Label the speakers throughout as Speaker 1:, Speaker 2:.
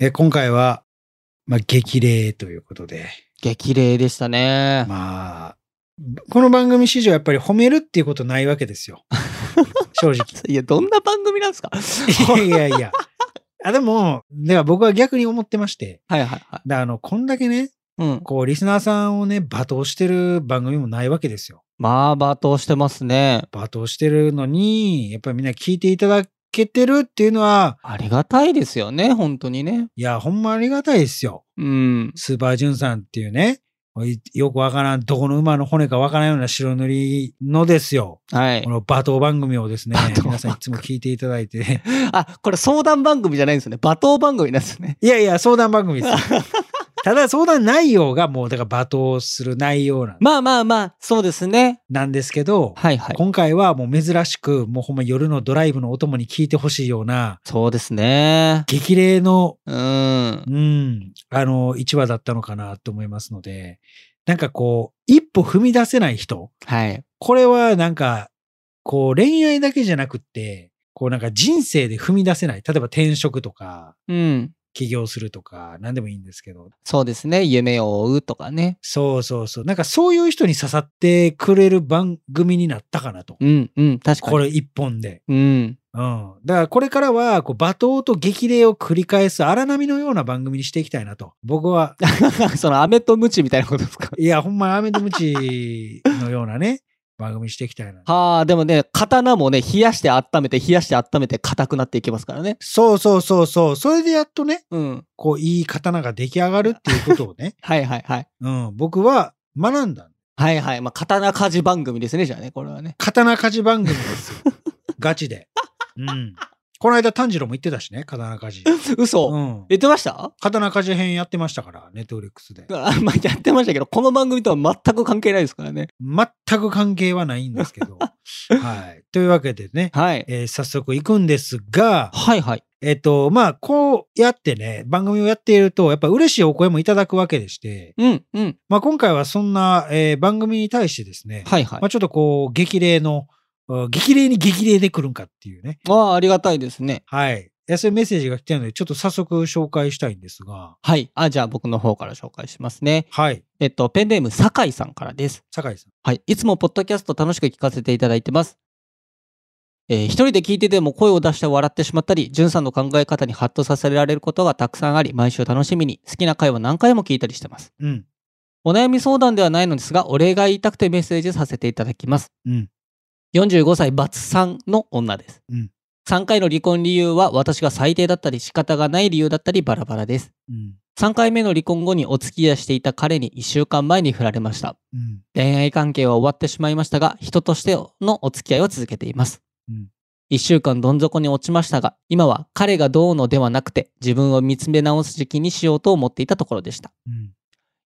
Speaker 1: え今回は、まあ、激励ということで、
Speaker 2: 激励でしたね。
Speaker 1: まあ、この番組史上やっぱり褒めるっていうことないわけですよ。正直。
Speaker 2: いや、どんな番組なんです か
Speaker 1: いやいやいや。あでも、では僕は逆に思ってまして、
Speaker 2: はいはいはい。
Speaker 1: だからあの、こんだけね、
Speaker 2: うん。
Speaker 1: こう、リスナーさんをね、罵倒してる番組もないわけですよ。
Speaker 2: まあ、罵倒してますね。
Speaker 1: 罵倒してるのに、やっぱりみんな聞いていただけてるっていうのは、
Speaker 2: ありがたいですよね、本当にね。
Speaker 1: いや、ほんまありがたいですよ。
Speaker 2: うん。
Speaker 1: スーパージュンさんっていうね、いよくわからん、どこの馬の骨かわからんような白塗りのですよ。
Speaker 2: はい
Speaker 1: こ。の罵倒番組をですね
Speaker 2: 罵倒、番組
Speaker 1: 皆さんいつも聞いていただいて。
Speaker 2: あ、これ相談番組じゃないんですね。罵倒番組なんですね。
Speaker 1: いやいや、相談番組です よ。ただ相談内容がもう、だから罵倒する内容なん
Speaker 2: まあまあまあ、そうですね。
Speaker 1: なんですけど、
Speaker 2: はいはい。
Speaker 1: 今回はもう珍しく、もうほんま夜のドライブのお供に聞いてほしいような、
Speaker 2: そうですね。
Speaker 1: 激励の、
Speaker 2: うん。
Speaker 1: うん、あの、1話だったのかなと思いますので、なんかこう、一歩踏み出せない人、
Speaker 2: はい。
Speaker 1: これはなんか、こう恋愛だけじゃなくって、こうなんか人生で踏み出せない。例えば転職とか、
Speaker 2: うん。
Speaker 1: 起業するとか、何でもいいんですけど。
Speaker 2: そうですね。夢を追うとかね。
Speaker 1: そうそうそう。なんかそういう人に刺さってくれる番組になったかなと。
Speaker 2: うんうん。確かに。
Speaker 1: これ一本で。
Speaker 2: うん。
Speaker 1: うん。だからこれからは、こう、罵倒と激励を繰り返す荒波のような番組にしていきたいなと。僕 は、
Speaker 2: その、飴とムチみたいなことですか。
Speaker 1: いや、ほんま、アメドムチのようなね、番組にしていきたいな。
Speaker 2: はあ、でもね、刀もね、冷やして温めて、冷やして温めて、硬くなっていきますからね。
Speaker 1: そうそうそうそう。それでやっとね、
Speaker 2: うん。
Speaker 1: こう、いい刀が出来上がるっていうことをね、
Speaker 2: はいはいはい。
Speaker 1: うん、僕は学んだ。
Speaker 2: はいはい。まあ、刀鍛冶番組ですね、じゃあね、これはね。
Speaker 1: 刀鍛冶番組ですよ。ガチで。うん。この間炭治郎も言ってたしね、刀鍛冶。
Speaker 2: 嘘、
Speaker 1: うん。
Speaker 2: 言ってました
Speaker 1: 刀鍛冶編やってましたから、ネットフリックスで。
Speaker 2: あまあ、やってましたけど、この番組とは全く関係ないですからね。
Speaker 1: 全く関係はないんですけど。はい。というわけでね、
Speaker 2: はい。
Speaker 1: えー早速行くんですが、
Speaker 2: はいはい。
Speaker 1: えっ、と、まあ、こうやってね、番組をやっていると、やっぱ嬉しいお声もいただくわけでして、
Speaker 2: うんうん。
Speaker 1: まあ、今回はそんな、えー番組に対してですね、
Speaker 2: はいはい
Speaker 1: まあ、。ちょっとこう、激励の、うん激励に激励で来るんかっていうね。
Speaker 2: ああ、ありがたいですね。
Speaker 1: はい。いやそういうメッセージが来てるので、ちょっと早速紹介したいんですが、
Speaker 2: はい。あ、じゃあ僕の方から紹介しますね。
Speaker 1: はい。
Speaker 2: えっと、ペンネーム、酒井さんからです。
Speaker 1: 酒井さん。
Speaker 2: はい。いつもポッドキャスト楽しく聞かせていただいてます。えー一人で聞いてても声を出して笑ってしまったり、じゅんさんの考え方にハッとさせられることがたくさんあり、毎週楽しみに、好きな回は何回も聞いたりしてます。
Speaker 1: うん。
Speaker 2: お悩み相談ではないのですが、お礼が言いたくてメッセージさせていただきます。
Speaker 1: うん。
Speaker 2: 45歳バツさんの女です。
Speaker 1: うん
Speaker 2: 3回の離婚理由は私が最低だったり仕方がない理由だったりバラバラです。
Speaker 1: うん。
Speaker 2: 3回目の離婚後にお付き合いしていた彼に1週間前に振られました。
Speaker 1: うん。
Speaker 2: 恋愛関係は終わってしまいましたが、人としてのお付き合いを続けています。
Speaker 1: うん
Speaker 2: 1週間どん底に落ちましたが、今は彼がどうのではなくて自分を見つめ直す時期にしようと思っていたところでした。
Speaker 1: うん。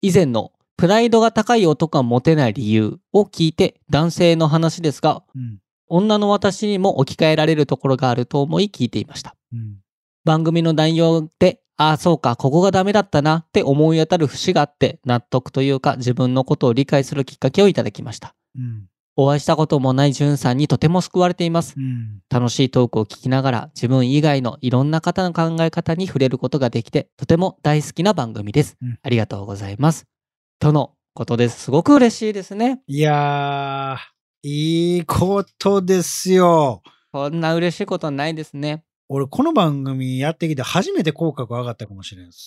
Speaker 2: 以前のプライドが高い男がモテない理由を聞いて男性の話ですが、
Speaker 1: うん。
Speaker 2: 女の私にも置き換えられるところがあると思い聞いていました。
Speaker 1: うん。
Speaker 2: 番組の内容で、ああ、そうか、ここがダメだったなって思い当たる節があって、納得というか自分のことを理解するきっかけをいただきました。
Speaker 1: うん。
Speaker 2: お会いしたこともないじゅんさんにとても救われています。
Speaker 1: うん。
Speaker 2: 楽しいトークを聞きながら、自分以外のいろんな方の考え方に触れることができて、とても大好きな番組です。
Speaker 1: うん
Speaker 2: ありがとうございます。とのことです。すごく嬉しいですね。
Speaker 1: いやー、いいことですよ。
Speaker 2: こんな嬉しいことないですね。
Speaker 1: 俺、この番組やってきて初めて口角上がったかもしれん です。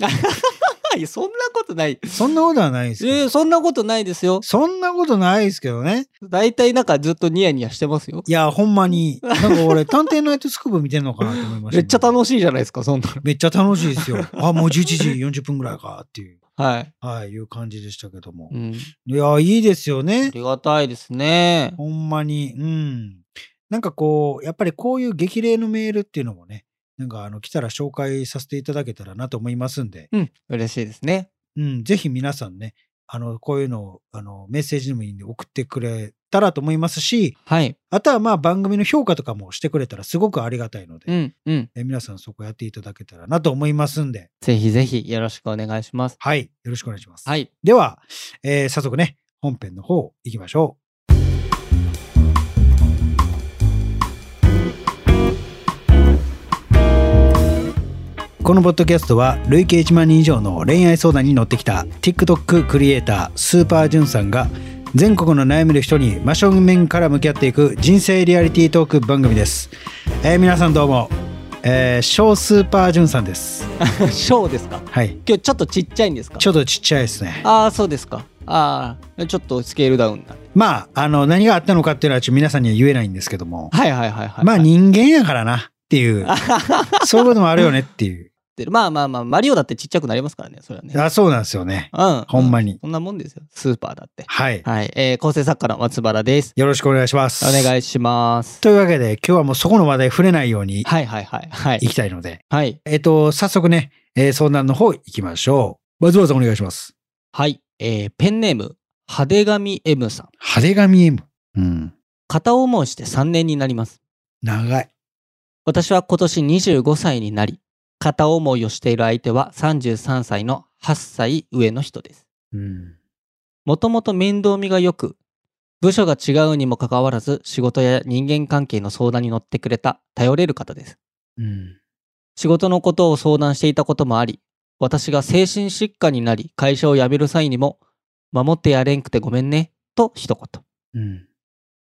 Speaker 2: いやそんなことない。
Speaker 1: そんなことはないです
Speaker 2: え
Speaker 1: け
Speaker 2: ー
Speaker 1: ど。
Speaker 2: そんなことないですよ。
Speaker 1: そんなことないですけどね。
Speaker 2: 大体なんかずっとニヤニヤしてますよ。
Speaker 1: いや、ほんまに、なんか俺、探偵ナイトスクープ見てんのかなと思いました。
Speaker 2: めっちゃ楽しいじゃないですか、そんな
Speaker 1: めっちゃ楽しいですよ。 あ、もう11時40分ぐらいかっていう、
Speaker 2: の。はい。
Speaker 1: はい、いう感じでしたけども
Speaker 2: う。ん。
Speaker 1: いや、いいですよ
Speaker 2: あ
Speaker 1: ね。
Speaker 2: りがたいですね。
Speaker 1: ほんまに。うん。なんかこう、やっぱりこういう激励のメールっていうのもね、なんかあの、来たら紹介させていただけたらなと思いますんで、
Speaker 2: うん。嬉しいですね。
Speaker 1: うん、ぜひ皆さんね、あの、こういうのを、あの、メッセージでもいいんで送ってくれたらと思いますし、
Speaker 2: はい。
Speaker 1: あとはまあ番組の評価とかもしてくれたらすごくありがたいので、
Speaker 2: うん。うん。
Speaker 1: え皆さんそこやっていただけたらなと思いますんで、
Speaker 2: ぜひぜひよろしくお願いします。
Speaker 1: はい、よろしくお願いします。
Speaker 2: はい。
Speaker 1: では、えー早速ね、本編の方行きましょう。このポッドキャストは累計1万人以上の恋愛相談に乗ってきた TikTok クリエイタースーパージュンさんが全国の悩める人に真正面から向き合っていく人生リアリティートーク番組です、えー皆さんどうも、えー、ショースーパージュンさんです
Speaker 2: ショーですか
Speaker 1: はい
Speaker 2: 今日ちょっとちっちゃいんですか
Speaker 1: ちょっとちっちゃいですね
Speaker 2: ああそうですかああちょっとスケールダウンだ
Speaker 1: まああの何があったのかっていうのはちょっと皆さんには言えないんですけども
Speaker 2: はいはいはいはい
Speaker 1: ま あ人間やからなっていうそういうこともあるよねって いう
Speaker 2: ってまあまあまあマリオだってちっちゃくなりますからねそれはね
Speaker 1: あそうなんですよね
Speaker 2: うん
Speaker 1: ほんまに
Speaker 2: そんなもんですよスーパーだって
Speaker 1: はい
Speaker 2: はいえー構成作家の松原です
Speaker 1: よろしくお願いします
Speaker 2: お願いします
Speaker 1: というわけで今日はもうそこの話題触れないように
Speaker 2: はいはいはいはい
Speaker 1: いきたいので、
Speaker 2: はい
Speaker 1: えっと早速ね、えー相談の方行きましょう松原さんお願いします
Speaker 2: はい、えーペンネーム派手紙 M さん
Speaker 1: 派手紙 M うん
Speaker 2: 片思いして3年になります
Speaker 1: 長い
Speaker 2: 私は今年25歳になり片思いをしている相手は33歳の8歳上の人です
Speaker 1: うん
Speaker 2: もともと面倒見が良く部署が違うにもかかわらず仕事や人間関係の相談に乗ってくれた頼れる方です
Speaker 1: うん
Speaker 2: 仕事のことを相談していたこともあり、私が精神疾患になり会社を辞める際にも、守ってやれんくてごめんね、と一
Speaker 1: う
Speaker 2: 言。
Speaker 1: ん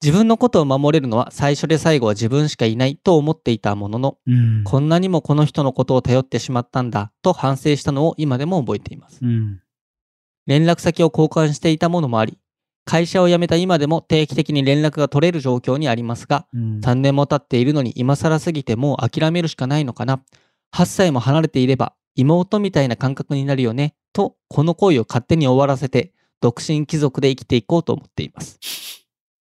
Speaker 2: 自分のことを守れるのは最初で最後は自分しかいないと思っていたものの、
Speaker 1: うん
Speaker 2: こんなにもこの人のことを頼ってしまったんだと反省したのを今でも覚えています。
Speaker 1: うん
Speaker 2: 連絡先を交換していたものもあり、会社を辞めた今でも定期的に連絡が取れる状況にありますが、
Speaker 1: うん
Speaker 2: 3年も経っているのに今更すぎてもう諦めるしかないのかな8歳も離れていれば妹みたいな感覚になるよねとこの恋を勝手に終わらせて独身貴族で生きていこうと思っています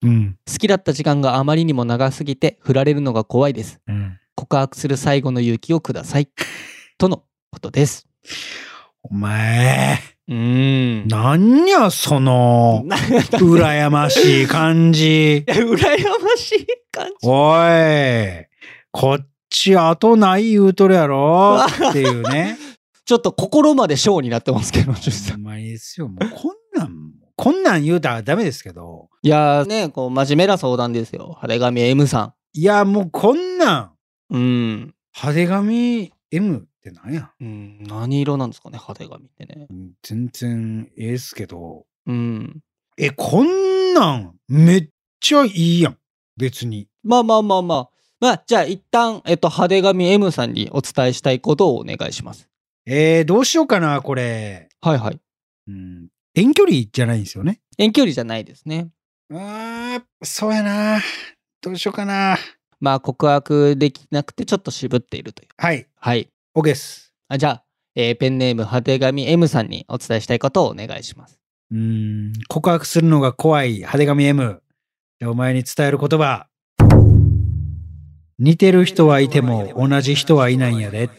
Speaker 1: うん
Speaker 2: 好きだった時間があまりにも長すぎて振られるのが怖いです
Speaker 1: うん
Speaker 2: 告白する最後の勇気をください とのことです
Speaker 1: お前
Speaker 2: うーん
Speaker 1: なんやその
Speaker 2: な
Speaker 1: 羨ましい感じ
Speaker 2: 羨まし い感じ
Speaker 1: おいこっち後ない言うとるやろっていう ね
Speaker 2: ちょっと心までショーになってま すけどジュンさん
Speaker 1: ほんまにですよ。もうこんなん、こんなん言うたらダメですけど。
Speaker 2: いやーねこう真面目な相談ですよ晴れ紙 M さ
Speaker 1: いや、もうこんなん、
Speaker 2: んうん
Speaker 1: 派手紙 M ってなんや。
Speaker 2: うん、何色なんですかね、派手紙ってね。
Speaker 1: うん全然ええっすけど。
Speaker 2: うん。
Speaker 1: え、こんなん、めっちゃいいやん。別に。
Speaker 2: まあまあまあまあ。まあ、じゃあ一旦、えっと、派手紙 M さんにお伝えしたいことをお願いします。
Speaker 1: えー、どうしようかな、これ。
Speaker 2: はいはい。
Speaker 1: うん。遠距離じゃないんですよね。
Speaker 2: 遠距離じゃないですね。
Speaker 1: あー、そうやな。どうしようかな。
Speaker 2: まあ、告白できなくてちょっと渋っているという。
Speaker 1: はい、
Speaker 2: はい。
Speaker 1: OK です。
Speaker 2: あじゃあ、えーペンネーム派手紙 M さんにお伝えしたいことをお願いします。
Speaker 1: うん、告白するのが怖い派手紙 M。お前に伝える言葉。似てる人はいても同じ人はいないんやで。っ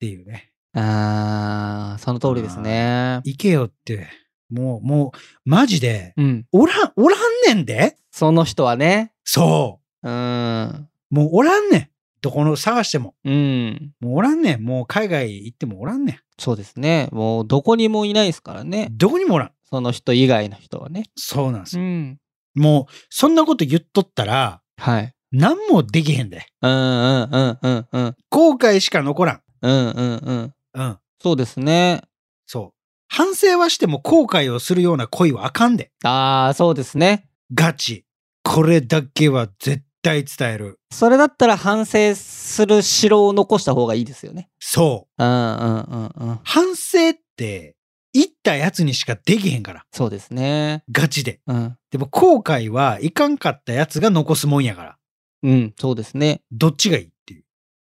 Speaker 1: ていうね。
Speaker 2: あー、その通りですね。
Speaker 1: 行けよって。もう、もう、マジで、
Speaker 2: うん。
Speaker 1: おらん、おらんねんで
Speaker 2: その人はね、
Speaker 1: そう
Speaker 2: ーん。
Speaker 1: う。もうおらんねん。どこの探しても。
Speaker 2: うん。
Speaker 1: もうおらんねん。もう海外行ってもおらんね
Speaker 2: そうですね。もう、どこにもいないですからね。
Speaker 1: ん。どこにもおらん。
Speaker 2: その人以外の人はね。
Speaker 1: そうなんですよ。
Speaker 2: ん。
Speaker 1: もう、そんなこと言っとったら、
Speaker 2: はい。
Speaker 1: 何もできへんで。
Speaker 2: うんうんうんうんうん。
Speaker 1: 後悔しか残らん。
Speaker 2: うんうんうん。
Speaker 1: うん。
Speaker 2: そうですね。
Speaker 1: そう。反省はしても後悔をするような恋はあかんで。
Speaker 2: ああ、そうですね。
Speaker 1: ガチ。これだけは絶対伝える。
Speaker 2: それだったら反省する城を残した方がいいですよね。
Speaker 1: そう。
Speaker 2: うんうんうんうん。
Speaker 1: 反省って、言ったやつにしかできへんから。
Speaker 2: そうですね。
Speaker 1: ガチで。
Speaker 2: うん。
Speaker 1: でも後悔はいかんかったやつが残すもんやから。
Speaker 2: うん、そうですね。
Speaker 1: どっちがいいっていう。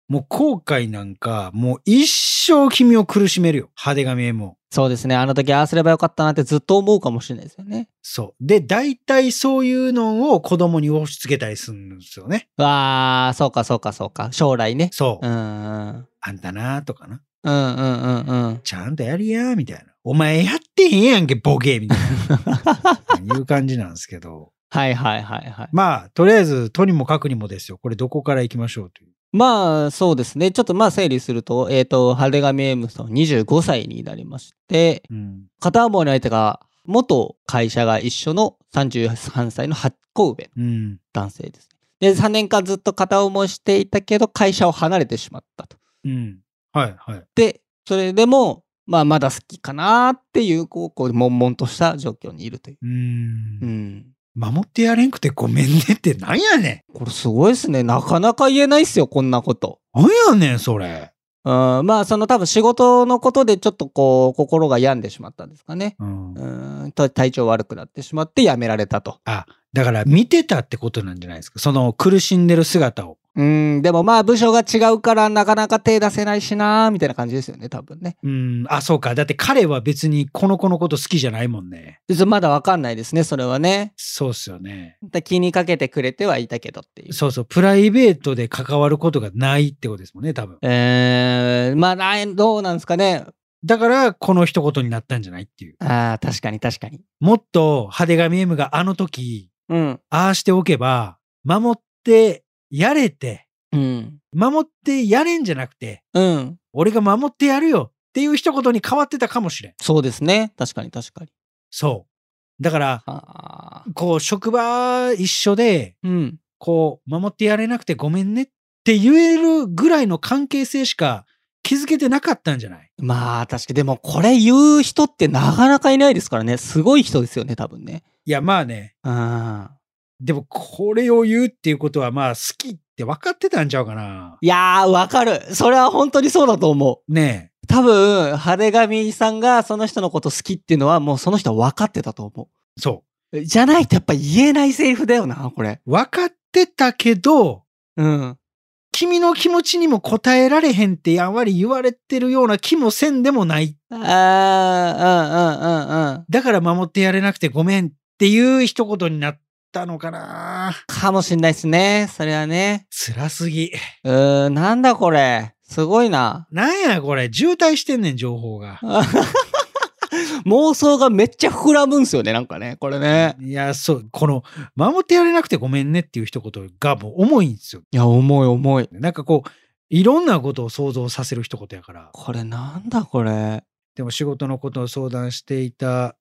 Speaker 1: もう後悔なんか、もう一生君を苦しめるよ。派手紙 M を。
Speaker 2: そうですね。あの時ああすればよかったなってずっと思うかもしれないですよね。
Speaker 1: そう。で、大体そういうのを子供に押し付けたりするんですよね。
Speaker 2: わあ、そうかそうかそうか。将来ね。
Speaker 1: そう。
Speaker 2: うんうん。
Speaker 1: あんたなとかな。
Speaker 2: うんうんうんうん。
Speaker 1: ちゃんとやりや、みたいな。お前やってへんやんけ、ボケ、みたいな。い う感じなんですけど。
Speaker 2: はいはいはいはい。
Speaker 1: まあ、とりあえず、とにもかくにもですよ。これどこから行きましょうという。
Speaker 2: まあそうですね。ちょっとまあ整理すると、えっ、と、派手紙 M さん25歳になりまして、
Speaker 1: うん。
Speaker 2: 片思いの相手が元会社が一緒の33歳の8個上の
Speaker 1: うん。
Speaker 2: 男性ですね。で、3年間ずっと片思いしていたけど、会社を離れてしまったと。
Speaker 1: うん。はいはい。
Speaker 2: で、それでも、まあ、まだ好きかなっていう、こう、こう、悶々とした状況にいるという。
Speaker 1: うー。
Speaker 2: うんん。
Speaker 1: 守ってやれんくてごめんねってなんやね
Speaker 2: これすごいですね。なかなか言えないっすよ、こんなこと。
Speaker 1: ん。なんやねん、それ。
Speaker 2: うん、まあ、その多分仕事のことでちょっとこう、心が病んでしまったんですかね。
Speaker 1: うん。
Speaker 2: うん、と体調悪くなってしまって辞められたと。
Speaker 1: だから見てたってことなんじゃないですか。その苦しんでる姿を。
Speaker 2: うん、でもまあ、部署が違うからなかなか手出せないしなーみたいな感じですよね、多分ね。
Speaker 1: うん。あ、そうか。だって彼は別にこの子のこと好きじゃないもんね。
Speaker 2: ちょっとまだわかんないですね、それはね。
Speaker 1: そうっすよね。
Speaker 2: だ気にかけてくれてはいたけどっていう。
Speaker 1: そうそう。プライベートで関わることがないってことですもんね、多分。
Speaker 2: えー、まあない、どうなんですかね。
Speaker 1: だから、この一言になったんじゃないっていう。
Speaker 2: ああ、確かに確かに。
Speaker 1: もっと派手紙 M があの時、
Speaker 2: うん。
Speaker 1: ああしておけば、守ってやれて、
Speaker 2: うん。
Speaker 1: 守ってやれんじゃなくて、
Speaker 2: うん。
Speaker 1: 俺が守ってやるよっていう一言に変わってたかもしれん。
Speaker 2: そうですね。確かに確かに。
Speaker 1: そう。だから、
Speaker 2: ああ。
Speaker 1: こう、職場一緒で、
Speaker 2: うん。
Speaker 1: こう、守ってやれなくてごめんねって言えるぐらいの関係性しか築けてなかったんじゃない
Speaker 2: まあ、確かに。でも、これ言う人ってなかなかいないですからね。すごい人ですよね、多分ね。
Speaker 1: いや、まあね。
Speaker 2: うん。
Speaker 1: でも、これを言うっていうことは、まあ、好きって分かってたんちゃうかな。
Speaker 2: いやー、わかる。それは本当にそうだと思
Speaker 1: ね
Speaker 2: う。多分、派手神さんがその人のこと好きっていうのは、もうその人は分かってたと思。
Speaker 1: え。そう
Speaker 2: じゃないとやっぱ言えないセリフだよな、これ。
Speaker 1: う。分かってたけど、
Speaker 2: うん。
Speaker 1: 君の気持ちにも応えられへんってやんわり言われてるような気もせんでもない。
Speaker 2: ああ、うんうんうんうん。
Speaker 1: だから守ってやれなくてごめんっていう一言になったのかな。
Speaker 2: かもしんないですね。それはね。
Speaker 1: 辛すぎ。
Speaker 2: うーん、なんだこれ。すごいな。
Speaker 1: なんやこれ、渋滞してんねん、情報が。
Speaker 2: 妄想がめっちゃ膨らむんすよね、なんかね。これね。
Speaker 1: いや、そう、この、守ってやれなくてごめんねっていう一言がもう重いんですよ。
Speaker 2: いや、重い重い。
Speaker 1: なんかこう、いろんなことを想像させる一言やから。
Speaker 2: これなんだこれ。
Speaker 1: でも仕事のことを相談していた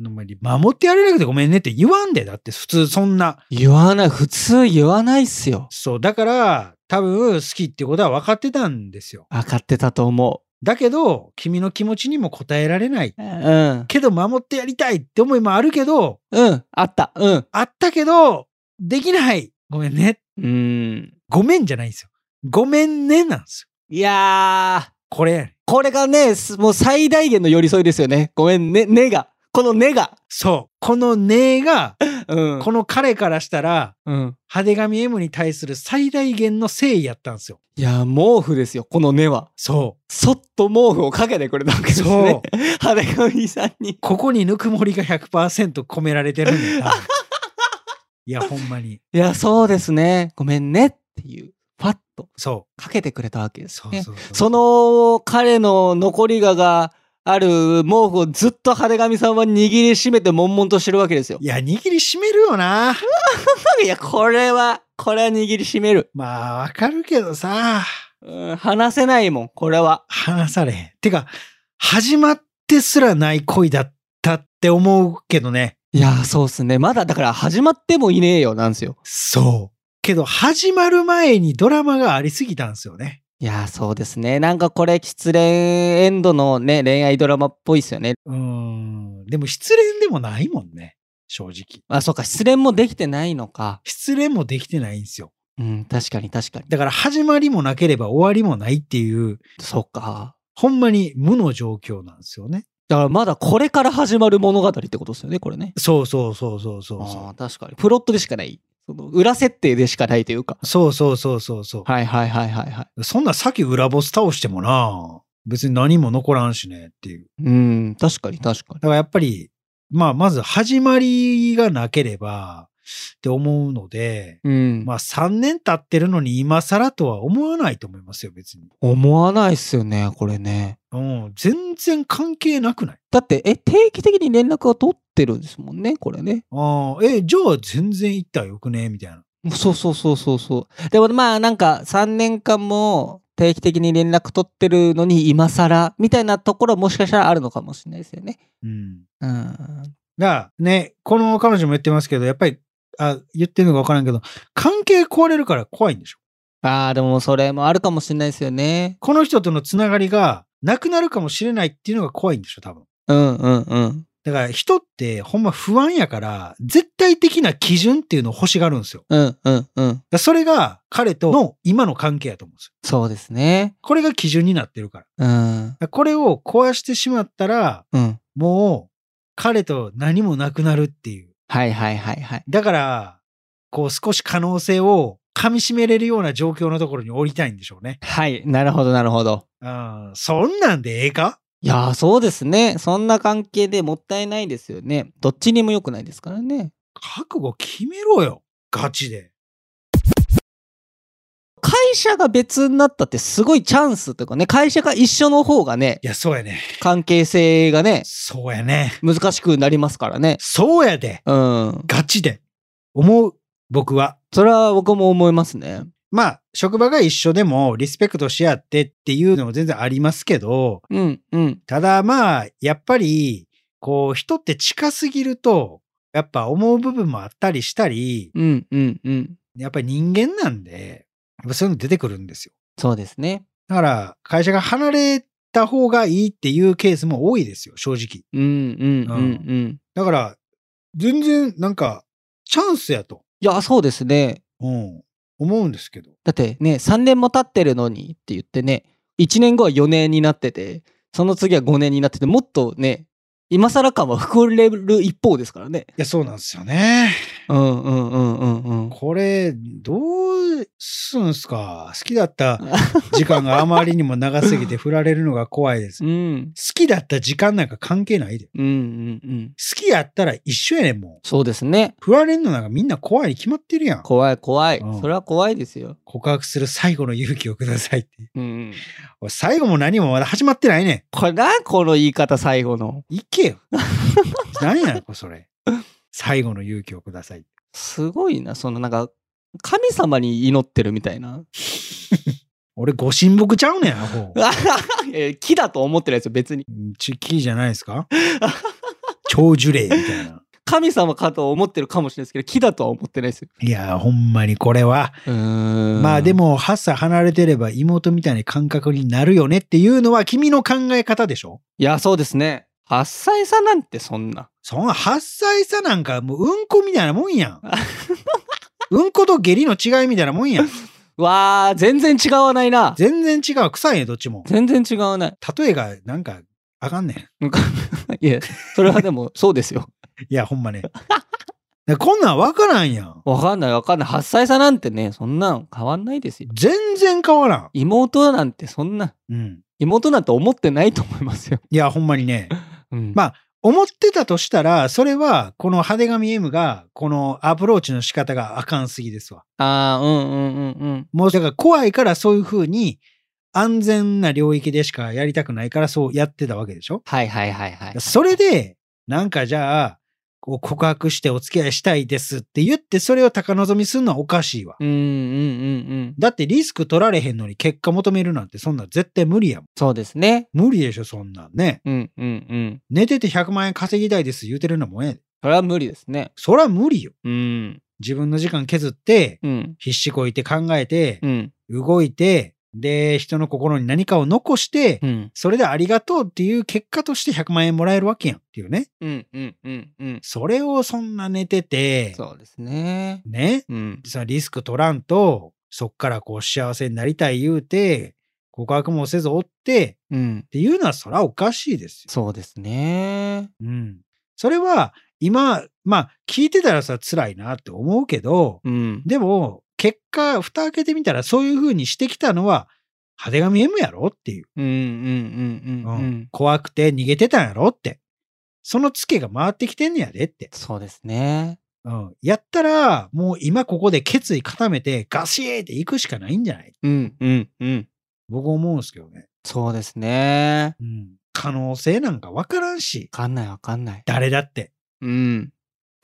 Speaker 1: のもに、守ってやれなくてごめんねって言わんで、だって普通そんな。
Speaker 2: 言わない。普通言わないっすよ。
Speaker 1: そう、だから、多分好きってことは分かってたんですよ。
Speaker 2: 分かってたと思
Speaker 1: だけど、君の気持ちにも応えられない。
Speaker 2: う。うん。
Speaker 1: けど守ってやりたいって思いもあるけど、
Speaker 2: うん。あった。うん。
Speaker 1: あったけど、できない。ごめんね
Speaker 2: うーん。
Speaker 1: ごめんじゃないんですよ。ごめんねなんですよ。
Speaker 2: いやー。
Speaker 1: これ、
Speaker 2: これがね、すもう最大限の寄り添いですよね。ごめんね、ねが。このねが。
Speaker 1: そう。このねが、
Speaker 2: うん。
Speaker 1: この彼からしたら、
Speaker 2: うん。
Speaker 1: 派手紙 M に対する最大限の誠意やったんですよ。
Speaker 2: いや、毛布ですよ、この根は。
Speaker 1: そ
Speaker 2: そっと毛布をかけてくれたわけ
Speaker 1: う。
Speaker 2: です
Speaker 1: そう
Speaker 2: ね。。 裸見さんに。
Speaker 1: ここにぬくもりが100%込められてるんだよ多分 いや、ほんまに。
Speaker 2: いや、そうですね。ごめんねっていう、パッと
Speaker 1: そ
Speaker 2: かけてくれたわけで
Speaker 1: う。
Speaker 2: す
Speaker 1: そう
Speaker 2: ね。
Speaker 1: そうそう。
Speaker 2: その彼の残りががある毛布をずっと派手神さんは握りしめて悶々としてるわけですよ
Speaker 1: い。や、握りしめるよな。
Speaker 2: いや、これは、これは握りしめる。
Speaker 1: まあ、わかるけどさ、
Speaker 2: うん、話せないもん、これは。
Speaker 1: 話されへん。てか、始まってすらない恋だったって思うけどね。
Speaker 2: いや、そうっすね。まだだから始まってもいねえよ、なんですよ。
Speaker 1: そう。けど、始まる前にドラマがありすぎたんですよね。
Speaker 2: いやーそうですね。なんかこれ、失恋エンドのね、恋愛ドラマっぽいですよね。
Speaker 1: うーん。でも、失恋でもないもんね。正直。
Speaker 2: あ、そうか、失恋もできてないのか。
Speaker 1: 失恋もできてないんですよ。
Speaker 2: うん、確かに確かに。
Speaker 1: だから、始まりもなければ終わりもないっていう、
Speaker 2: そうか。
Speaker 1: ほんまに無の状況なんですよね。
Speaker 2: だからまだこれから始まる物語ってことですよね、これね。
Speaker 1: そうそうそうそうそう
Speaker 2: あ
Speaker 1: そ
Speaker 2: あ、確かに。プロットでしかない。その裏設定でしかないというか。
Speaker 1: う。そうそうそうそうそう。
Speaker 2: はいはいはいはいは
Speaker 1: そんなさっき裏ボス倒してもな、別に何も残らんしねっていう。
Speaker 2: い。うん、確かに確かに
Speaker 1: だ。からやっぱり、まあ、まず始まりがなければって思うので、
Speaker 2: うん。
Speaker 1: まあ、3年経ってるのに今更とは思わないと思いますよ、別に。
Speaker 2: 思わないっすよね、これね。
Speaker 1: うん、全然関係なくない
Speaker 2: だって、え、定期的に連絡は取ってるんですもんね、これね。
Speaker 1: ああ、え、じゃあ全然行ったらよくねみたいな。
Speaker 2: そうそうそうそうそう。でもまあなんか3年間も定期的に連絡取ってるのに今更みたいなところもしかしたらあるのかもしれないですよね。
Speaker 1: うん。
Speaker 2: うん。
Speaker 1: だからね、この彼女も言ってますけど、やっぱり、あ、言ってるのかわからんけど、関係壊れるから怖いんでしょ
Speaker 2: ああ、でもそれもあるかもしれないですよね。
Speaker 1: この人とのつながりがなくなるかもしれないっていうのが怖いんでしょ、多分。
Speaker 2: うんうんうん。
Speaker 1: だから人ってほんま不安やから、絶対的な基準っていうのを欲しがるんですよ。だか
Speaker 2: うんうんうん。
Speaker 1: らそれが彼との今の関係やと思うんですよ。
Speaker 2: そうですね。
Speaker 1: これが基準になってるから。だか
Speaker 2: うん。
Speaker 1: らこれを壊してしまったら、
Speaker 2: うん。
Speaker 1: もう彼と何もなくなるっていう。
Speaker 2: はいはいはいはい。
Speaker 1: だから、こう少し可能性を噛み締めれるような状況のところに降りたいんでしょうね。
Speaker 2: はい。なるほどなるほど。
Speaker 1: うん、そんなんでええか
Speaker 2: いやー、そうですね。そんな関係でもったいないですよね。どっちにも良くないですからね。
Speaker 1: 覚悟決めろよ。ガチで。
Speaker 2: 会社が別になったってすごいチャンスというかね、会社が一緒の方がね
Speaker 1: い、や、そうやね。
Speaker 2: 関係性がね、
Speaker 1: そうやね。
Speaker 2: 難しくなりますからね。
Speaker 1: そうやで。
Speaker 2: うん。
Speaker 1: ガチで。思う。僕は。
Speaker 2: それは僕も思いますね。
Speaker 1: まあ、職場が一緒でもリスペクトし合ってっていうのも全然ありますけど、
Speaker 2: うん、うん。
Speaker 1: ただまあ、やっぱり、こう、人って近すぎると、やっぱ思う部分もあったりしたり、
Speaker 2: うん、うん、うん。
Speaker 1: やっぱり人間なんで、やっぱそういうの出てくるんですよ。
Speaker 2: そうですね。
Speaker 1: だから、会社が離れた方がいいっていうケースも多いですよ、正直。
Speaker 2: うん、うん、うん、うん。
Speaker 1: だから、全然なんか、チャンスやと、
Speaker 2: いや、そうですね。
Speaker 1: うん、思うんですけど。
Speaker 2: だってね、3年も経ってるのにって言ってね、1年後は4年になってて、その次は5年になってて、もっとね、今更感は膨れる一方ですからね。
Speaker 1: いや、そうなんですよね。
Speaker 2: うんうんうんうんうん。
Speaker 1: これ、どうすんすか好きだった時間があまりにも長すぎて振られるのが怖いです。
Speaker 2: う
Speaker 1: 好
Speaker 2: ん。
Speaker 1: きだった時間なんか関係ないで。好
Speaker 2: うんうんうん。
Speaker 1: きやったら一緒やねん、もう。
Speaker 2: そうですね。
Speaker 1: 振られるのなんかみんな怖いに決まってるやん。
Speaker 2: 怖い怖い。
Speaker 1: うん
Speaker 2: それは怖いですよ。
Speaker 1: 告白する最後の勇気をくださいって。
Speaker 2: うん。
Speaker 1: おい最後も何もまだ始まってないね
Speaker 2: これな、この言い方最後の。
Speaker 1: ん。行け よ。何やねん、これそれ。最後の勇気をください。
Speaker 2: すごいな、そのなんか、神様に祈ってるみたいな。
Speaker 1: 俺、ご神木ちゃうねん、アホ。
Speaker 2: え木だと思ってないですよ、別に。
Speaker 1: チッキーじゃないです か長寿霊みたいな。
Speaker 2: 神様かと思ってるかもしれないですけど、木だとは思ってないですよ。
Speaker 1: いや、ほんまにこれは。
Speaker 2: うーん
Speaker 1: まあで、も、8歳離れてれば妹みたいな感覚になるよねっていうのは君の考え方でしょ
Speaker 2: いや、そうですね。8歳差なんてそんな。
Speaker 1: そんな8歳差なんかもううんこみたいなもんやん。うんこと下痢の違いみたいなもんやん。
Speaker 2: わー、全然違わないな。
Speaker 1: 全然違う。臭いね、どっちも。
Speaker 2: 全然違わない。
Speaker 1: 例えがなんかあかんねん。
Speaker 2: いや、それはでも、そうですよ。
Speaker 1: いや、ほんまね。こんなんわからんやん。
Speaker 2: わかんないわかんない。8歳差なんてね、そんなん変わんないですよ。
Speaker 1: 全然変わらん。
Speaker 2: 妹なんてそんな、
Speaker 1: うん。
Speaker 2: 妹なんて思ってないと思いますよ。
Speaker 1: いや、ほんまにね。
Speaker 2: うん
Speaker 1: まあ思ってたとしたら、それは、この派手紙 M が、このアプローチの仕方があかんすぎですわ。
Speaker 2: あー、うんうんうんうん。
Speaker 1: もう、だから怖いからそういうふうに、安全な領域でしかやりたくないからそうやってたわけでしょ
Speaker 2: はいはいはいはい。
Speaker 1: それで、なんかじゃあ、こう告白してお付き合いしたいですって言って、それを高望みするのはおかしいわ。
Speaker 2: うんうんうんうん。
Speaker 1: だってリスク取られへんのに結果求めるなんてそんなん絶対無理やも
Speaker 2: そうですね。
Speaker 1: ん。無理でしょ、そんなんね。
Speaker 2: うんうんうん。
Speaker 1: 寝てて100万円稼ぎたいです言うてるのもんやで。
Speaker 2: それは無理ですね。
Speaker 1: そら無理よ。
Speaker 2: うん。
Speaker 1: 自分の時間削って、
Speaker 2: うん。
Speaker 1: 必死こいて考えて
Speaker 2: う、ん。
Speaker 1: 動いて、で、人の心に何かを残して、
Speaker 2: うん。
Speaker 1: それでありがとうっていう結果として100万円もらえるわけやんっていうね。
Speaker 2: うんうんうんうん。
Speaker 1: それをそんな寝てて、
Speaker 2: そうですね。
Speaker 1: ね、
Speaker 2: うん。
Speaker 1: そのリスク取らんと、そっからこう幸せになりたい言うて、告白もせずおって
Speaker 2: うん。
Speaker 1: っていうのはそらおかしいですよ。
Speaker 2: そうですね。
Speaker 1: うん。それは今、まあ聞いてたらさ辛いなって思うけど、
Speaker 2: うん。
Speaker 1: でも、結果、蓋開けてみたら、そういう風にしてきたのは、派手紙 M やろっていう。
Speaker 2: うんうんうんうんう。
Speaker 1: うん怖くて逃げてたんやろって。そのツケが回ってきてんねやでって。
Speaker 2: そうですね。
Speaker 1: うん。やったら、もう今ここで決意固めて、ガシーって行くしかないんじゃない
Speaker 2: うんうんうん。
Speaker 1: 僕思うんですけどね。
Speaker 2: そうですね。
Speaker 1: うん。可能性なんかわからんし
Speaker 2: わ、かんないわかんない。
Speaker 1: 誰だって、
Speaker 2: うん。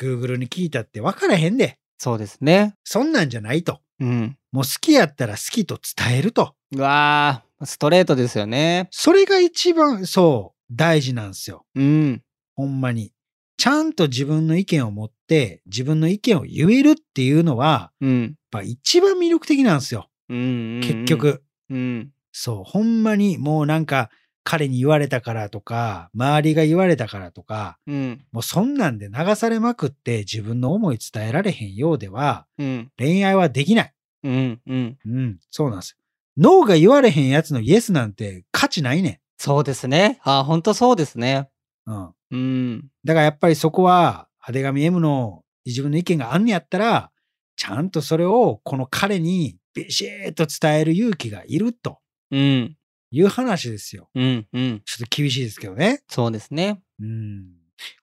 Speaker 1: Google に聞いたってわからへんで。
Speaker 2: そうですね。
Speaker 1: そんなんじゃないと。
Speaker 2: うん。
Speaker 1: もう好きやったら好きと伝えると。
Speaker 2: うわー、ストレートですよね。
Speaker 1: それが一番、そう、大事なんですよ。
Speaker 2: うん。
Speaker 1: ほんまに。ちゃんと自分の意見を持って、自分の意見を言えるっていうのは、
Speaker 2: うん。
Speaker 1: やっぱ一番魅力的なんですよ。
Speaker 2: うんうんうん
Speaker 1: 結局、。
Speaker 2: うん。
Speaker 1: そうほんまにもうなんか彼に言われたからとか周りが言われたからとか
Speaker 2: うん。
Speaker 1: もうそんなんで流されまくって自分の思い伝えられへんようでは
Speaker 2: うん。
Speaker 1: 恋愛はできない。
Speaker 2: うん。うん。
Speaker 1: うん、そうなんですよ。ノーが言われへんやつのイエスなんて価値ないね
Speaker 2: そうですね。あー、本当そうですね。
Speaker 1: ん。うん。
Speaker 2: うん。
Speaker 1: だからやっぱりそこは、派手紙 M の自分の意見があんねやったら、ちゃんとそれをこの彼にビシッと伝える勇気がいると
Speaker 2: うん。
Speaker 1: いう話ですよ。
Speaker 2: うん。うん。
Speaker 1: ちょっと厳しいですけどね。
Speaker 2: そうですね。
Speaker 1: うん。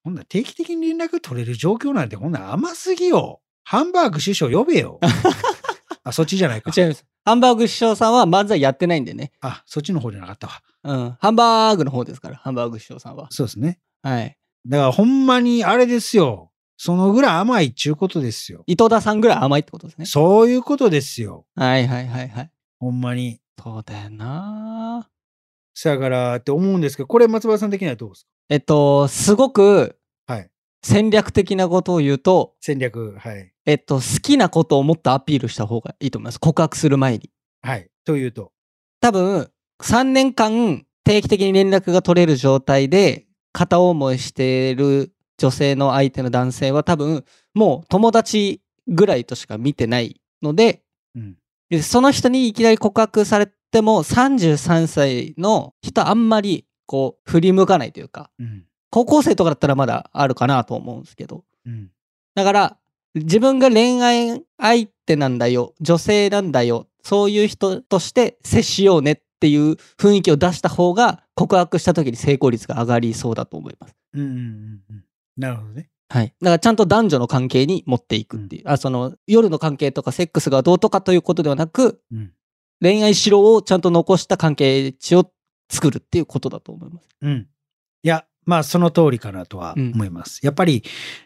Speaker 1: ほんなら定期的に連絡取れる状況なんてほんなら甘すぎよ。ハンバーグ首相呼べ よ。あ、そっちじゃないか。
Speaker 2: 違います。ハンバーグ首相さんは漫才やってないんでね。
Speaker 1: あ、そっちの方じゃなかったわ。
Speaker 2: うん。ハンバーグの方ですから、ハンバーグ首相さんは。
Speaker 1: そうですね。
Speaker 2: はい。
Speaker 1: だからほんまにあれですよ。そのぐらい甘いっちゅうことですよ。
Speaker 2: 伊藤田さんぐらい甘いってことですね。
Speaker 1: そういうことですよ。
Speaker 2: はいはいはいはい。
Speaker 1: ほんまに。
Speaker 2: そうだよな
Speaker 1: そやからって思うんですけど、これ松原さん的にはどうですか
Speaker 2: えっと、すごく
Speaker 1: はい、
Speaker 2: 戦略的なことを言うと、
Speaker 1: 戦略。はい。
Speaker 2: えっと、好きなことをもっとアピールした方がいいと思います。告白する前に。
Speaker 1: はい。というと。
Speaker 2: 多分、3年間定期的に連絡が取れる状態で、片思いしてる女性の相手の男性は多分、もう友達ぐらいとしか見てないので、
Speaker 1: うん。
Speaker 2: でその人にいきなり告白されても33歳の人あんまりこう振り向かないというか
Speaker 1: うん。
Speaker 2: 高校生とかだったらまだあるかなと思うんですけど
Speaker 1: うん。
Speaker 2: だから自分が恋愛相手なんだよ女性なんだよそういう人として接しようねっていう雰囲気を出した方が告白した時に成功率が上がりそうだと思います。
Speaker 1: うん。うんうん。うんなるほどね。
Speaker 2: はい。だからちゃんと男女の関係に持っていくっていう。あ、その、夜の関係とかセックスがどうとかということではなく、
Speaker 1: うん。
Speaker 2: 恋愛しろをちゃんと残した関係値を作るっていうことだと思います。
Speaker 1: うん。いや、まあその通りかなとは
Speaker 2: うん
Speaker 1: 思います。やっぱり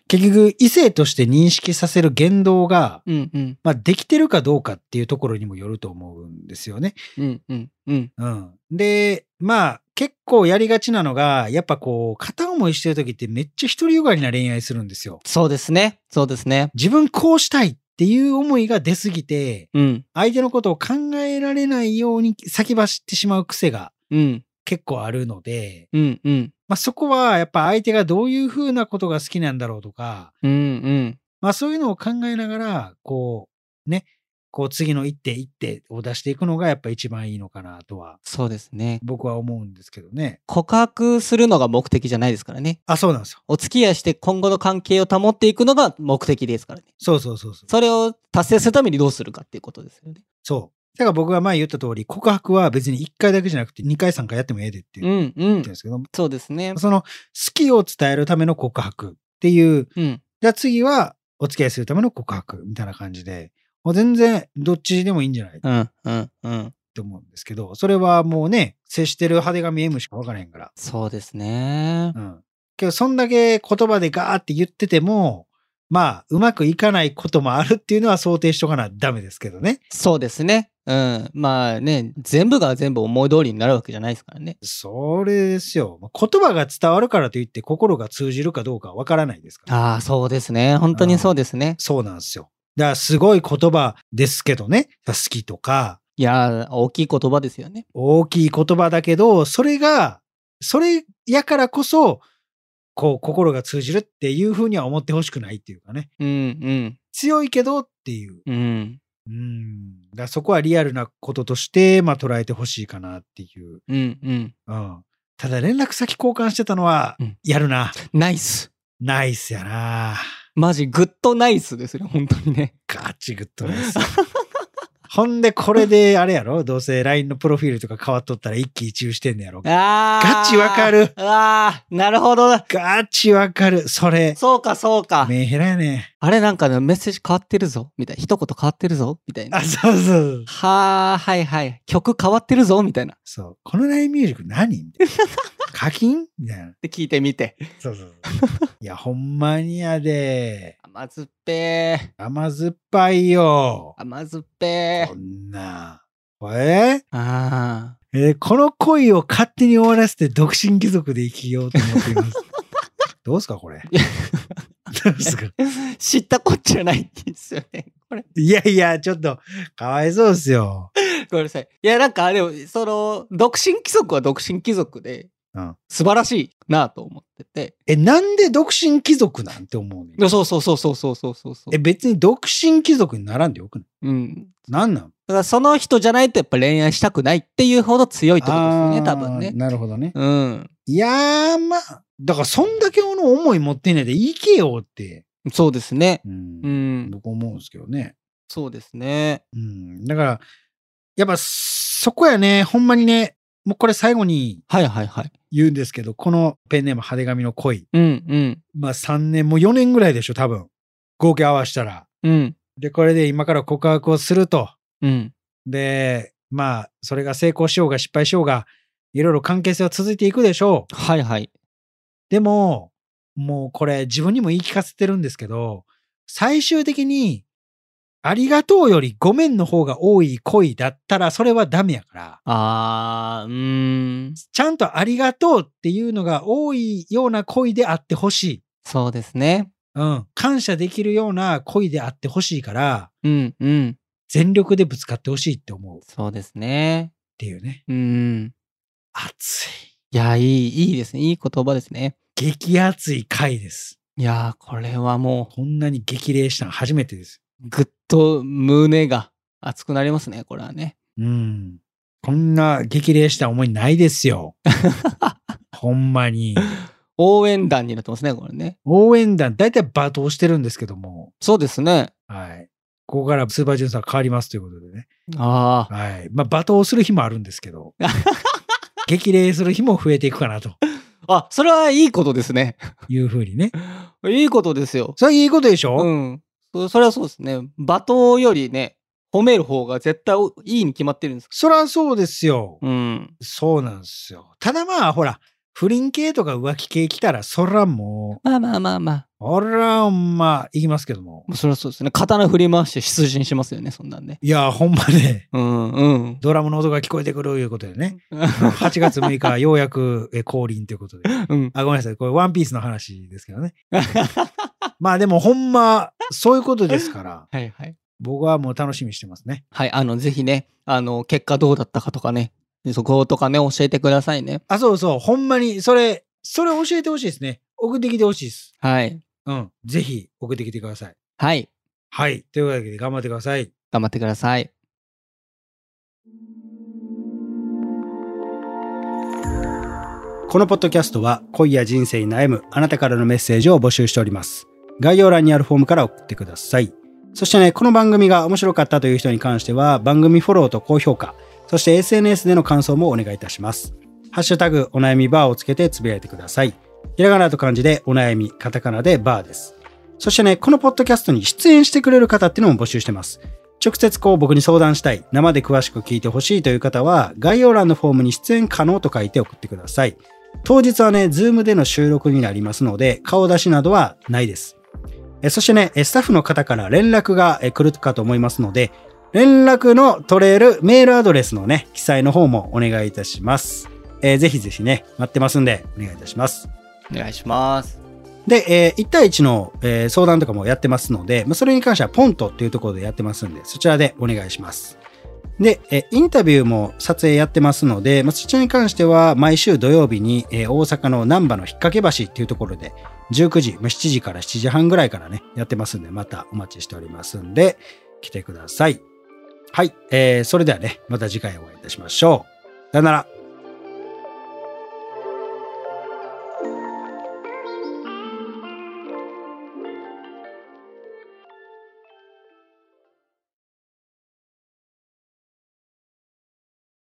Speaker 1: 結局異性として認識させる言動が、
Speaker 2: うんうん
Speaker 1: まあできてるかどうかっていうところにもよると思うんですよね。
Speaker 2: うんうんうん
Speaker 1: うん。で、まあ、結構やりがちなのが、やっぱこう、片思いしてる時ってめっちゃ独りよがりな恋愛するんですよ。
Speaker 2: そうですね。そうですね。
Speaker 1: 自分こうしたいっていう思いが出すぎて、
Speaker 2: うん
Speaker 1: 相手のことを考えられないように先走ってしまう癖が
Speaker 2: うん
Speaker 1: 結構あるので、
Speaker 2: うんうん
Speaker 1: まあそこはやっぱ相手がどういうふうなことが好きなんだろうとか、
Speaker 2: うんうん
Speaker 1: まあそういうのを考えながら、こう、ね、こう次の一手一手を出していくのがやっぱ一番いいのかなとは、
Speaker 2: そうですね。
Speaker 1: 僕は思うんですけどね。
Speaker 2: 告白するのが目的じゃないですからね。
Speaker 1: あ、そうなんですよ。
Speaker 2: お付き合いして今後の関係を保っていくのが目的ですからね。
Speaker 1: そうそうそうそう。
Speaker 2: それを達成するためにどうするかっていうことですよね。
Speaker 1: そう。だから僕が前言った通り、告白は別に1回だけじゃなくて2回3回やってもええでって
Speaker 2: う
Speaker 1: 言っ
Speaker 2: んう
Speaker 1: て
Speaker 2: ん
Speaker 1: るん。ですけど、
Speaker 2: そうですね。
Speaker 1: その好きを伝えるための告白っていう、
Speaker 2: うん
Speaker 1: じゃあ次はお付き合いするための告白みたいな感じで、もう全然どっちでもいいんじゃないっ
Speaker 2: うんうんうん。
Speaker 1: て思うんですけど、それはもうね、接してる派手紙 M しか分からへんから。
Speaker 2: そうですね
Speaker 1: う。ん。けど、そんだけ言葉でガーって言ってても、まあ、うまくいかないこともあるっていうのは想定しとかなダメですけどね。
Speaker 2: そうですね。うん。まあね、全部が全部思い通りになるわけじゃないですからね。
Speaker 1: それですよ。言葉が伝わるからといって心が通じるかどうかわからないですから。
Speaker 2: ああ、そうですね。本当にそうですね。
Speaker 1: そうなんですよ。だからすごい言葉ですけどね。好きとか、
Speaker 2: いやー、大きい言葉ですよね。
Speaker 1: 大きい言葉だけど、それが、それやからこそ、こう心が通じるっていうふうには思ってほしくないっていうかね。
Speaker 2: うん
Speaker 1: 強いけどっていう。
Speaker 2: うんうん
Speaker 1: うん。だからそこはリアルなこととして、まあ捉えてほしいかなっていう。
Speaker 2: うんうん。
Speaker 1: うん。ただ連絡先交換してたのは
Speaker 2: うん、
Speaker 1: やるな。
Speaker 2: ナイス。
Speaker 1: ナイスやな。
Speaker 2: マジグッドナイスですね。本当にね。
Speaker 1: ガチグッドです。 ほんで、これで、あれやろどうせ LINE のプロフィールとか変わっとったら一喜一憂してんねやろ
Speaker 2: ああ。
Speaker 1: ガチわかる。
Speaker 2: ああ、なるほどな。
Speaker 1: ガチわかる。それ、
Speaker 2: そうかそうか。
Speaker 1: メンヘラやね。
Speaker 2: あれなんかね、メッセージ変わってるぞ。みたいな。一言変わってるぞ。みたいな
Speaker 1: あ、。そうそう。
Speaker 2: はあ、はいはい。曲変わってるぞ。みたいな。
Speaker 1: そう。この LINE ミュージック何 みたいな。課金みたいな。
Speaker 2: で聞いてみて。
Speaker 1: そうそうそう。いや、ほんまにやで。
Speaker 2: 甘酸っぺー。
Speaker 1: 甘酸っぱいよ。
Speaker 2: 甘酸っぺ
Speaker 1: こ
Speaker 2: ー。
Speaker 1: んな。え
Speaker 2: ああ。
Speaker 1: えーこの恋を勝手に終 わらせて独身貴族で生きようと思っています。どうすかこれ。そうですか。
Speaker 2: 知ったこっちゃないんですよね。これ、
Speaker 1: いやいや、ちょっと、かわいそうですよ。
Speaker 2: ごめんなさい。いや、なんか、でも、その、独身貴族は独身貴族で、
Speaker 1: うん
Speaker 2: 素晴らしいなと思ってて。
Speaker 1: え、なんで独身貴族なんて思うねん
Speaker 2: そうそうそうそうそうそうそうそう
Speaker 1: え、。別に独身貴族にならんでよくない
Speaker 2: うん。
Speaker 1: なんなん
Speaker 2: だから、その人じゃないとやっぱ恋愛したくないっていうほど強いってことですよね、多分
Speaker 1: あ
Speaker 2: ね
Speaker 1: ー。なるほどね。
Speaker 2: うん。
Speaker 1: いやー、まあ、だからそんだけの思い持ってんねんで、行けよって、
Speaker 2: そうですね。
Speaker 1: う、
Speaker 2: うんん。
Speaker 1: 僕思うんですけどね。
Speaker 2: そうですね。
Speaker 1: うん。だから、やっぱそこやね、ほんまにね、もうこれ最後に
Speaker 2: はいはいはい。
Speaker 1: 言うんですけど、このペンネーム派手紙の恋。
Speaker 2: うん
Speaker 1: まあ3年、もう4年ぐらいでしょ、多分。合計合わしたら。
Speaker 2: うん。うん。
Speaker 1: で、これで今から告白をすると。
Speaker 2: うん。
Speaker 1: で、まあ、それが成功しようが失敗しようが、いろいろ関係性は続いていくでしょう。
Speaker 2: はいはい。
Speaker 1: でも、もうこれ自分にも言い聞かせてるんですけど、最終的に、ありがとうよりごめんの方が多い恋だったら、それはダメやから、
Speaker 2: あー、うーん。
Speaker 1: ちゃんとありがとうっていうのが多いような恋であってほしい。
Speaker 2: そうですね。
Speaker 1: うん。感謝できるような恋であってほしいから、
Speaker 2: うんうん。
Speaker 1: 全力でぶつかってほしいって思うっ
Speaker 2: そうですね。
Speaker 1: ていうね。
Speaker 2: うん。
Speaker 1: 熱い。
Speaker 2: いや、いい、いいですね。いい言葉ですね。
Speaker 1: 激熱い回です。
Speaker 2: いやー、これはも
Speaker 1: こんなに激励したの初めてです。
Speaker 2: う、ぐっと胸が熱くなりますね、これはね。
Speaker 1: うん。こんな激励した思いないですよ。ほんまに。
Speaker 2: 応援団になってますね、これね。
Speaker 1: 応援団、だいたい罵倒してるんですけども、
Speaker 2: そうですね。
Speaker 1: はい。ここからスーパージュンさん変わりますということでね。
Speaker 2: ああ。
Speaker 1: はい。まあ、罵倒する日もあるんですけど、激励する日も増えていくかなと
Speaker 2: あ、それはいいことですね。
Speaker 1: いうふうにね。
Speaker 2: いいことですよ。
Speaker 1: それいいことでしょ、
Speaker 2: うん。そそれはそうですね。罵倒よりね、褒める方が絶対いいに決まってるんです。
Speaker 1: そらそうですよ。
Speaker 2: うん。
Speaker 1: そうなんですよ。ただまあ、ほら、不倫系とか浮気系来たら、そらも
Speaker 2: まあまあまあまあ。
Speaker 1: う、ほら、ほんま、いきますけども。
Speaker 2: もうそれはそうですね。刀振り回して出陣しますよね、そんなんね。
Speaker 1: いや、ほんまね、
Speaker 2: うんうん。
Speaker 1: ドラムの音が聞こえてくるいうことでね。8月6日、ようやくえ降臨ということで。
Speaker 2: うん。
Speaker 1: あ、ごめんなさい。これ、ワンピースの話ですけどね。まあでも、ほんま、そういうことですから、
Speaker 2: はいはい。
Speaker 1: 僕はもう楽しみにしてますね。
Speaker 2: はい、あの、ぜひね、あの、結果どうだったかとかね、そことかね、教えてくださいね。
Speaker 1: あ、そうそう。ほんまに、それ、それ教えてほしいですね。送ってきてほしいです。
Speaker 2: はい。
Speaker 1: うん。ぜひ、送ってきてください。
Speaker 2: はい。
Speaker 1: はい。というわけで、頑張ってください。
Speaker 2: 頑張ってください。
Speaker 1: このポッドキャストは恋や人生に悩むあなたからのメッセージを募集しております。概要欄にあるフォームから送ってください。そしてね、この番組が面白かったという人に関しては番組フォローと高評価、そして SNS での感想もお願いいたします。ハッシュタグお悩みバーをつけてつぶやいてください。ひらがなと漢字でお悩み、カタカナでバーです。そしてね、このポッドキャストに出演してくれる方っていうのも募集してます。直接こう僕に相談したい、生で詳しく聞いてほしいという方は概要欄のフォームに出演可能と書いて送ってください。当日はね、ズームでの収録になりますので、顔出しなどはないです。えそしてね、えスタッフの方から連絡がえ来るかと思いますので、連絡の取れるメールアドレスのね、記載の方もお願いいたします。えーぜひぜひね、待ってますんで、お願いいたします。
Speaker 2: お願いします。
Speaker 1: で、え1対1の、えー相談とかもやってますので、まあ、それに関してはポントっていうところでやってますんで、そちらでお願いします。で、えーインタビューも撮影やってますので、まあ、そちらに関しては毎週土曜日に、えー大阪の難波の引っ掛け橋っていうところで、19時、まあ、7時から7時半ぐらいからね、やってますんで、またお待ちしておりますんで、来てください。はい、えーそれではね、また次回お会いいたしましょう。さよなら。